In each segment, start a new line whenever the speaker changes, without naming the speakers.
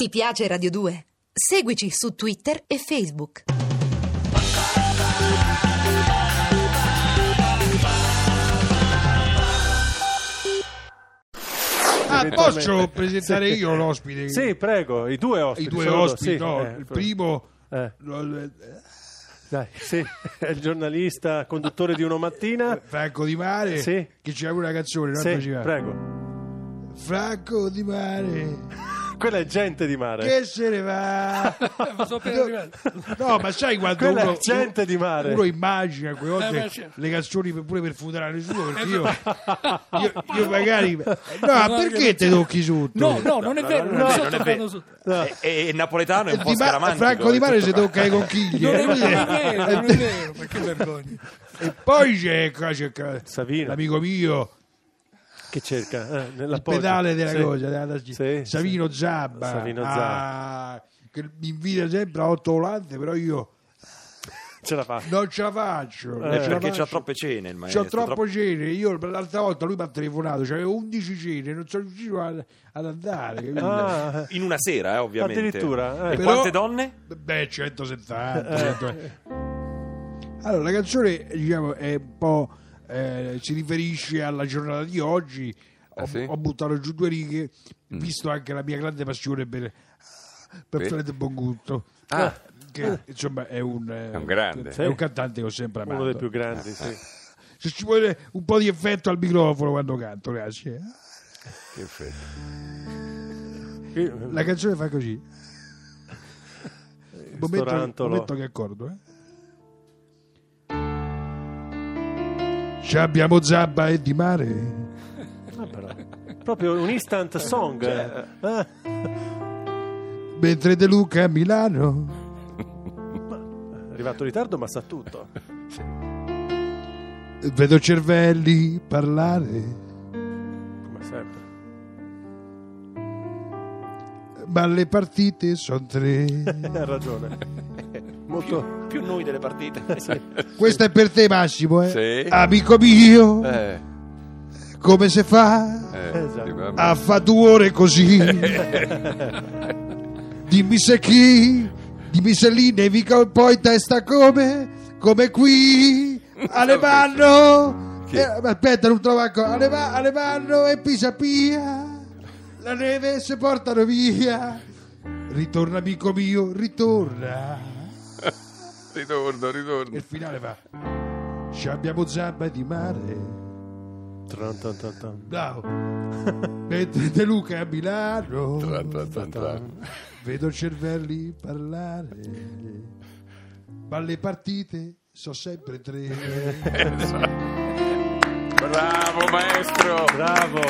Ti piace Radio 2? Seguici su Twitter e Facebook.
Ah,
eventualmente.
posso presentare io l'ospite?
Sì, prego, i due
I
ospiti.
due
sono-
ospiti,
sì,
no,
eh,
il primo...
eh,
lo- eh,
dai, sì, è il giornalista, conduttore di Uno Mattina.
Franco Di Mare
Sì.
che c'è una canzone no?
Sì,
Come si chiama?
prego. Mm.
Franco Di Mare
Quella è gente di mare.
che se ne va
sono appena arrivato.
no ma sai quando
Quella è
uno,
gente di mare.
uno immagina quelle
Eh, ma
volte
c'è.
le canzoni per- pure per funerare suo perché io, io, io magari no perché te tocchi sotto
No, no, non è vero, non mi sto toccando su.
E, e il napoletano è un
Di
po'
Ma-
scaramantico.
eh,
Franco Di Mare
è
si
tutto
tocca ai
Non
conchiglie
è, non è
Eh,
vero, non è vero, perché vergogna.
e poi c'è, qua c'è qua,
Savino
l'amico mio
che cerca eh,
il
nell'appoggio.
pedale della
Sì.
cosa della tasca.
Sì,
Savino Zabba
Savino
ah,
Zabba.
che mi invita sempre a otto volante però io
Ce la fa.
non ce la faccio non
Eh,
ce la
perché c'ha
faccio.
troppe cene il
C'ho
maestro.
troppo cene, io l'altra volta lui mi ha telefonato, c'avevo 11 cene, non sono riuscito a- ad andare. capito?
Ah,
In una sera, eh, ovviamente.
Addirittura, eh.
E
Però-
quante donne?
Beh, 170. 100. Allora, la canzone diciamo, è un po'. eh, si riferisce alla giornata di oggi. Ho,
Ah, sì? Mm.
ho buttato giù due righe, visto anche la mia grande passione per, per
Per-
Fred Bongusto.
Ah.
Che insomma è un, eh,
È un grande.
è un cantante che ho sempre amato.
uno dei più grandi, sì.
Se ci vuole un po' di effetto al microfono quando canto, grazie.
Che effetto.
eh,
La canzone fa così. Momento,
Storantolo.
momento che accordo. Eh. Ci abbiamo Zabba e Di Mare.
Ah, però. Proprio un instant song.
Cioè,
eh.
Mentre De Luca a Milano.
È arrivato in ritardo, ma sa tutto.
Vedo cervelli parlare.
Come sempre.
Ma le partite sono tre.
Ha ragione. Molto.
Più noi delle partite.
Questa è per te, Massimo. Eh.
Sì.
Amico mio,
Eh,
come se fa?
eh,
Esatto.
sì, vabbè.
a fa due ore così. dimmi se chi, dimmi se lì nevica un po' in testa come, come qui, Alemanno.
Chi?
Eh, ma aspetta, non trovo ancora. Aleva- Alemanno e Pisa Pia, la neve si portano via. Ritorna, amico mio, ritorna.
Ritorno,
E
ritorno.
il finale va. Ci abbiamo zampa di mare.
Tran, tan, tan, tan.
Bravo. Mentre De Luca è a Milano.
Tra, tra, tra, tra.
Vedo cervelli parlare, ma le partite sono sempre tre.
Bravo maestro.
Bravo.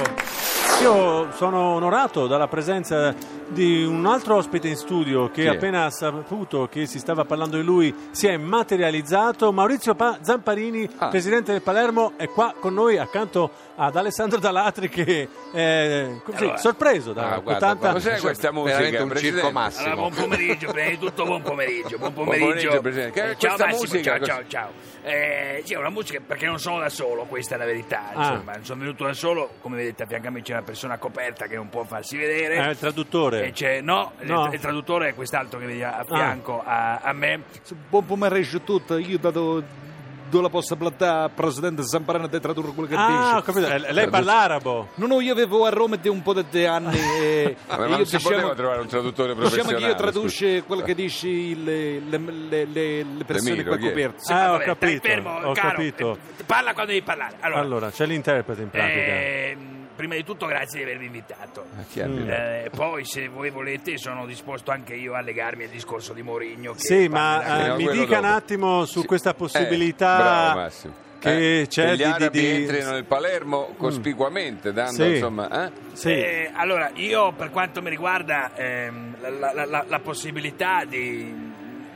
Io sono onorato dalla presenza di un altro ospite in studio che
Chi è?
appena ha saputo che si stava parlando di lui si è materializzato. Maurizio Pa- Zamparini,
Ah.
presidente del Palermo, è qua con noi accanto ad Alessandro Dalatri che è così,
Allora.
sorpreso da Cioè,
Ah, guarda,
tanta...
Cos'è questa musica?
veramente un
Presidente?
circo massimo.
Allora, buon pomeriggio, prima di tutto buon pomeriggio, buon
Buon
pomeriggio.
pomeriggio, Presidente. Che-
Eh, ciao
questa
Massimo,
musica,
ciao, ciao,
cosa-
ciao. Eh, sì, è una musica perché non sono da solo, questa è la verità. Insomma, non sono venuto da solo, come vedete a fianco a me c'è una persona coperta che non può farsi vedere.
Eh,
È eh, il traduttore.
E c'è, no,
No.
Il, il traduttore è quest'altro che vedi a fianco a, a me.
Buon pomeriggio a tutti, io dato do la possibilità al presidente Zamparano di tradurre quello che
Ah, ho
dice.
capito. Eh, Lei parla arabo.
No, no, io avevo a Roma di un po' di anni e
Vabbè,
e
Ah, ma
io
non si poteva trovare un traduttore
diciamo
professionale.
che io traduce
scusi.
quello che dici le, le, le- le- le persone
Emilio,
qua
chi è?
coperte.
Ah, ho
vabbè, stai
capito,
fermo,
ho
caro,
capito.
eh, parla quando devi parlare. Allora,
Allora, c'è l'interprete in pratica.
Eh,
ehm, prima di tutto grazie di avermi invitato.
Ah, chi è?
Eh, poi, se voi volete, sono disposto anche io a legarmi al discorso di Mourinho. che
Sì,
parlerà-
ma eh,
No,
mi
quello
dica un
dopo.
attimo su
Sì.
questa
Eh, bravo,
possibilità
Massimo.
che
Eh,
c'è di-
gli
di-
arabi
di- Mm.
entrino nel Palermo cospicuamente, dando
Sì.
insomma, eh?
Sì.
Eh, allora, io per quanto mi riguarda ehm, la, la- la- la- la possibilità di...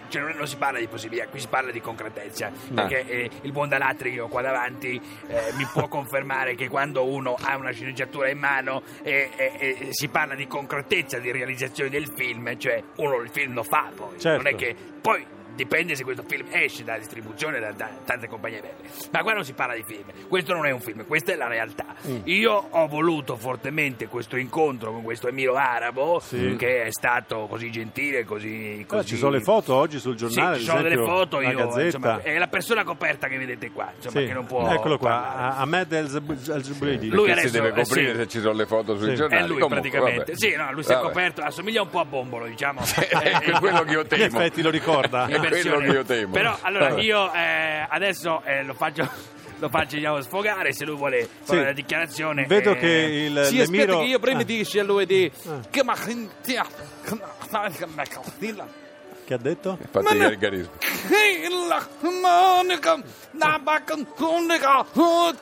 Cioè, non, non si parla di possibilità, qui si parla di concretezza,
Ah.
perché eh, il buon Dalatri che ho qua davanti eh, mi può confermare che quando uno ha una sceneggiatura in mano eh, eh, eh, si parla di concretezza, di realizzazione del film, cioè uno il film lo fa poi,
Certo.
non è che poi Dipende se questo film esce dalla distribuzione da, da tante compagnie belle. Ma qua non si parla di film, questo non è un film, questa è la realtà.
Mm.
Io ho voluto fortemente questo incontro con questo Emiro Arabo, che è stato così gentile, così.
Guarda,
così...
Eh, ci sono le foto oggi sul
Sì,
giornale.
ci
ad
sono delle
esempio,
foto,
la
io,
Gazzetta.
insomma, è la persona coperta che vedete qua, insomma,
Sì.
che non può
Eccolo qua,
parlare.
a- Ahmed El-Zubridi.
Lui
Che
adesso-
si deve
eh, sì.
coprire se ci sono le foto sui
Sì.
È
giornali.
lui
Comunque,
praticamente.
vabbè.
Sì, no, lui si è
Vabbè.
coperto, assomiglia un po' a Bombolo, diciamo.
È quello che io
In
temo.
effetti lo ricorda.
in
è quello
versione-
che io temo.
Però allora io eh, adesso eh, lo faccio lo faccio diciamo, sfogare se lui vuole fare
Sì.
la dichiarazione.
Vedo
eh,
che il
Si aspetta
Lemiro-
che io prima
Ah,
dici a lui di... Che ma...
Che ha detto?
Infatti il carisma.
oh,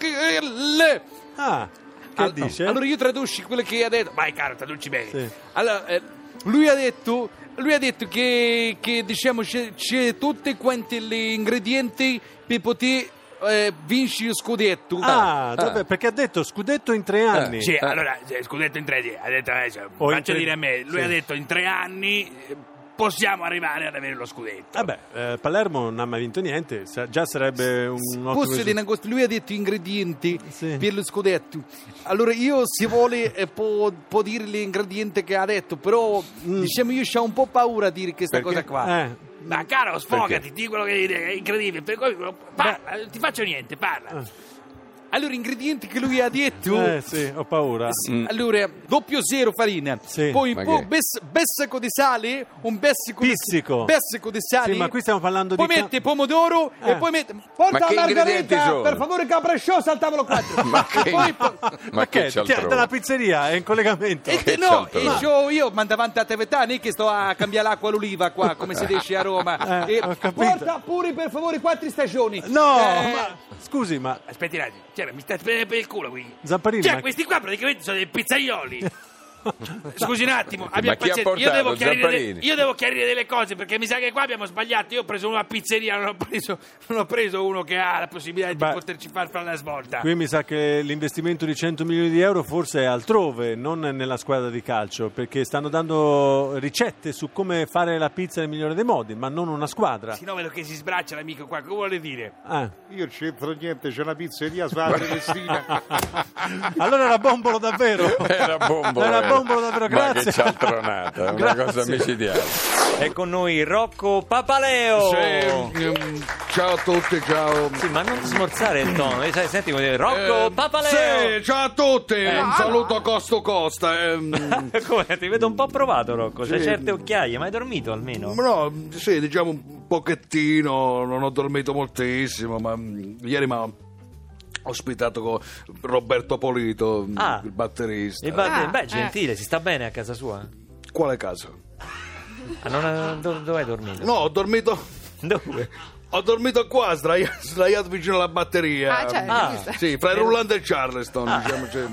Ah, che
Al-
dice?
Allora io traduci quello che ha detto.
Vai caro, traduci bene.
Sì.
Allora, eh, lui ha detto, lui ha detto che, che, diciamo c'è, c'è tutti quanti gli ingredienti per poter eh, vincere lo scudetto.
Ah, vabbè, perché ha detto scudetto in tre anni.
Sì, allora, eh, scudetto in tre, ha detto, eh, cioè,
O in
faccia
tre-
dire a me, lui
sì.
ha detto in tre anni eh, possiamo arrivare ad avere lo scudetto.
Vabbè, eh, Palermo non ha mai vinto niente, sa- già sarebbe un ottimo
Posso dire
risultato.
una cosa? Lui ha detto ingredienti
Sì.
per lo scudetto. Allora io se vuole eh, può, può dire gli ingredienti che ha detto, però diciamo io ho un po' paura a dire questa
Perché?
cosa qua.
Mm. Eh,
Ma caro, sfogati, di quello che hai detto, è incredibile. Per cui, parla, non ti faccio niente, parla.
Allora ingredienti che lui ha detto...
eh, sì, ho paura.
Sì, Allora, doppio zero farina,
Mm. Sì.
poi
Ma
un po'
che?
bes- bessico di sale, un bessico,
Pizzico.
Di, bessico di sale.
Sì, ma qui stiamo parlando di
poi
ca-
mette pomodoro
Eh.
e poi mette...
Ma
Porta
che
la
ingredienti
margherita,
sono?
per favore capresciosa al tavolo 4.
Ma che,
poi,
ma che c'è
Ti-
altrove?
dalla pizzeria è in collegamento.
e
Eh,
te-
che
no,
c'altro?
e
Ma-
io, io mando avanti a attività, non è che sto a cambiare l'acqua all'oliva qua, come si dice a Roma.
Eh,
E
ho capito.
porta pure per favore quattro stagioni.
No,
Eh,
ma scusi, ma
Aspetti un attimo, cioè, mi stai prendendo per il culo qui.
Zamparino,
Cioè,
ma-
questi qua praticamente sono dei pizzaioli. Scusi un attimo,
Ma
abbia
chi ha
pazienza. Io
portato
devo, chiarire le-
Zamparini?
io devo chiarire delle cose perché mi sa che qua abbiamo sbagliato. Io ho preso una pizzeria, non ho preso, non ho preso uno che ha la possibilità
Beh,
di poterci far fare la
Ah.
svolta.
qui mi sa che l'investimento di 100 milioni di euro forse è altrove, non nella squadra di calcio, perché stanno dando ricette su come fare la pizza nel migliore dei modi, ma non una squadra.
Sì, no, vedo che si sbraccia l'amico qua. Che vuole dire?
Ah.
Io c'entro niente, c'è una pizzeria Sara Celestina.
Allora era bombolo davvero.
Era bombolo.
Era
vero?
bombolo davvero,
Ma
grazie.
che cialtronata, è una cosa micidiale.
È con noi Rocco Papaleo.
Sì, ehm, ciao a tutti, ciao.
Sì, ma non smorzare il tono, eh, sai, senti come dire Rocco
Ehm,
Papaleo.
Sì, ciao a tutti,
Eh,
un saluto a costo costa. ehm.
Ah, Come, ti vedo un po' provato Rocco, c'hai
Sì.
certe occhiaie, ma hai dormito almeno?
No, sì, diciamo un pochettino, non ho dormito moltissimo, ma mm, ieri mi ha ospitato con Roberto Polito, mm,
Ah.
il batterista.
E va-
Ah,
beh,
eh.
gentile, si sta bene a casa sua?
Quale caso?
Ah, non- do- dove hai dormito?
No, ho dormito...
Dove?
Ho dormito qua, sdraia- sdraiato vicino alla batteria. Mm.
Ah, certo,
Ah.
giusto.
Sì, fra il Ruland e Charleston, diciamo, c'è,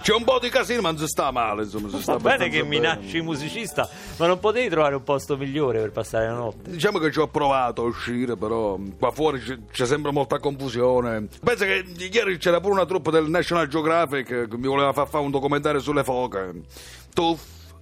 c'è un po' di casino, ma non si sta male, insomma, si
Va
sta
bene
abbastanza
che mi nasci musicista, ma non potevi trovare un posto migliore per passare la notte.
Diciamo che ci ho provato a uscire, però mh, qua fuori c'è, c'è sempre molta confusione. Pensa che ieri c'era pure una truppa del National Geographic che mi voleva far fare un documentario sulle foche. Tu.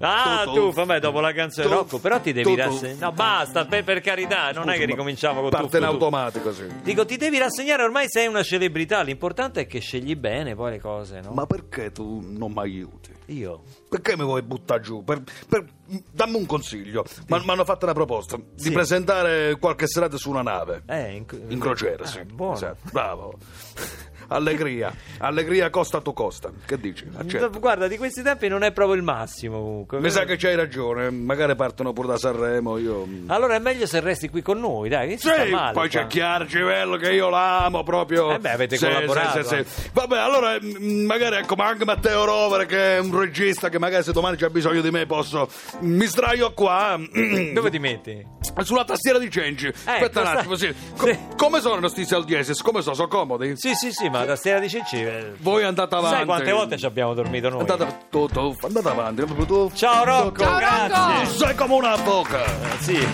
Ah,
tu,
tu,
tu.
vabbè, dopo la canzone
Tu-
Rocco, però ti devi
tu- tu.
rassegnare. No, basta, per, per carità, non è che ricominciamo con tutto.
Parte in automatico, sì.
Dico, ti devi rassegnare, ormai sei una celebrità, l'importante è che scegli bene poi le cose, no?
Ma perché tu non mi aiuti?
Io?
Perché mi vuoi buttare giù? Per- per- dammi un consiglio. Ma Mi hanno fatto una proposta di presentare qualche serata su una nave.
Eh, in,
In crociera,
Ah,
sì.
Buono.
Esatto, Bravo. Allegria, allegria costa tu costa. Che dici? Accetto.
Guarda, di questi tempi non è proprio il massimo comunque.
Mi sa che c'hai ragione, magari partono pure da Sanremo, io... mm.
Allora è meglio se resti qui con noi, dai, che si sta
Sì,
male
poi
qua.
c'è Chiara Civello che io l'amo proprio.
Eh beh, avete collaborato, eh.
Vabbè, allora mm, magari ecco, ma anche Matteo Rovere che è un regista che magari se domani c'è bisogno di me posso... mm, Mi sdraio qua. mm,
Dove ti metti?
Sulla tastiera di Cenci. Aspetta un
costa-
attimo, Ecco, sì. Co-
Sì.
Come sono sti saldiesis? Come sono? Sono comodi?
Sì, sì, sì, ma la tastiera di Cecci. eh,
Voi andate avanti.
Sai quante volte ci abbiamo dormito noi?
Andate, tu, tu, andate avanti. tu.
Ciao Rocco,
Ciao,
grazie.
Rocco.
Sei come una foca.
Eh, Sì.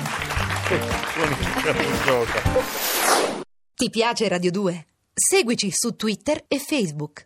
Ti piace Radio 2? Seguici su Twitter e Facebook.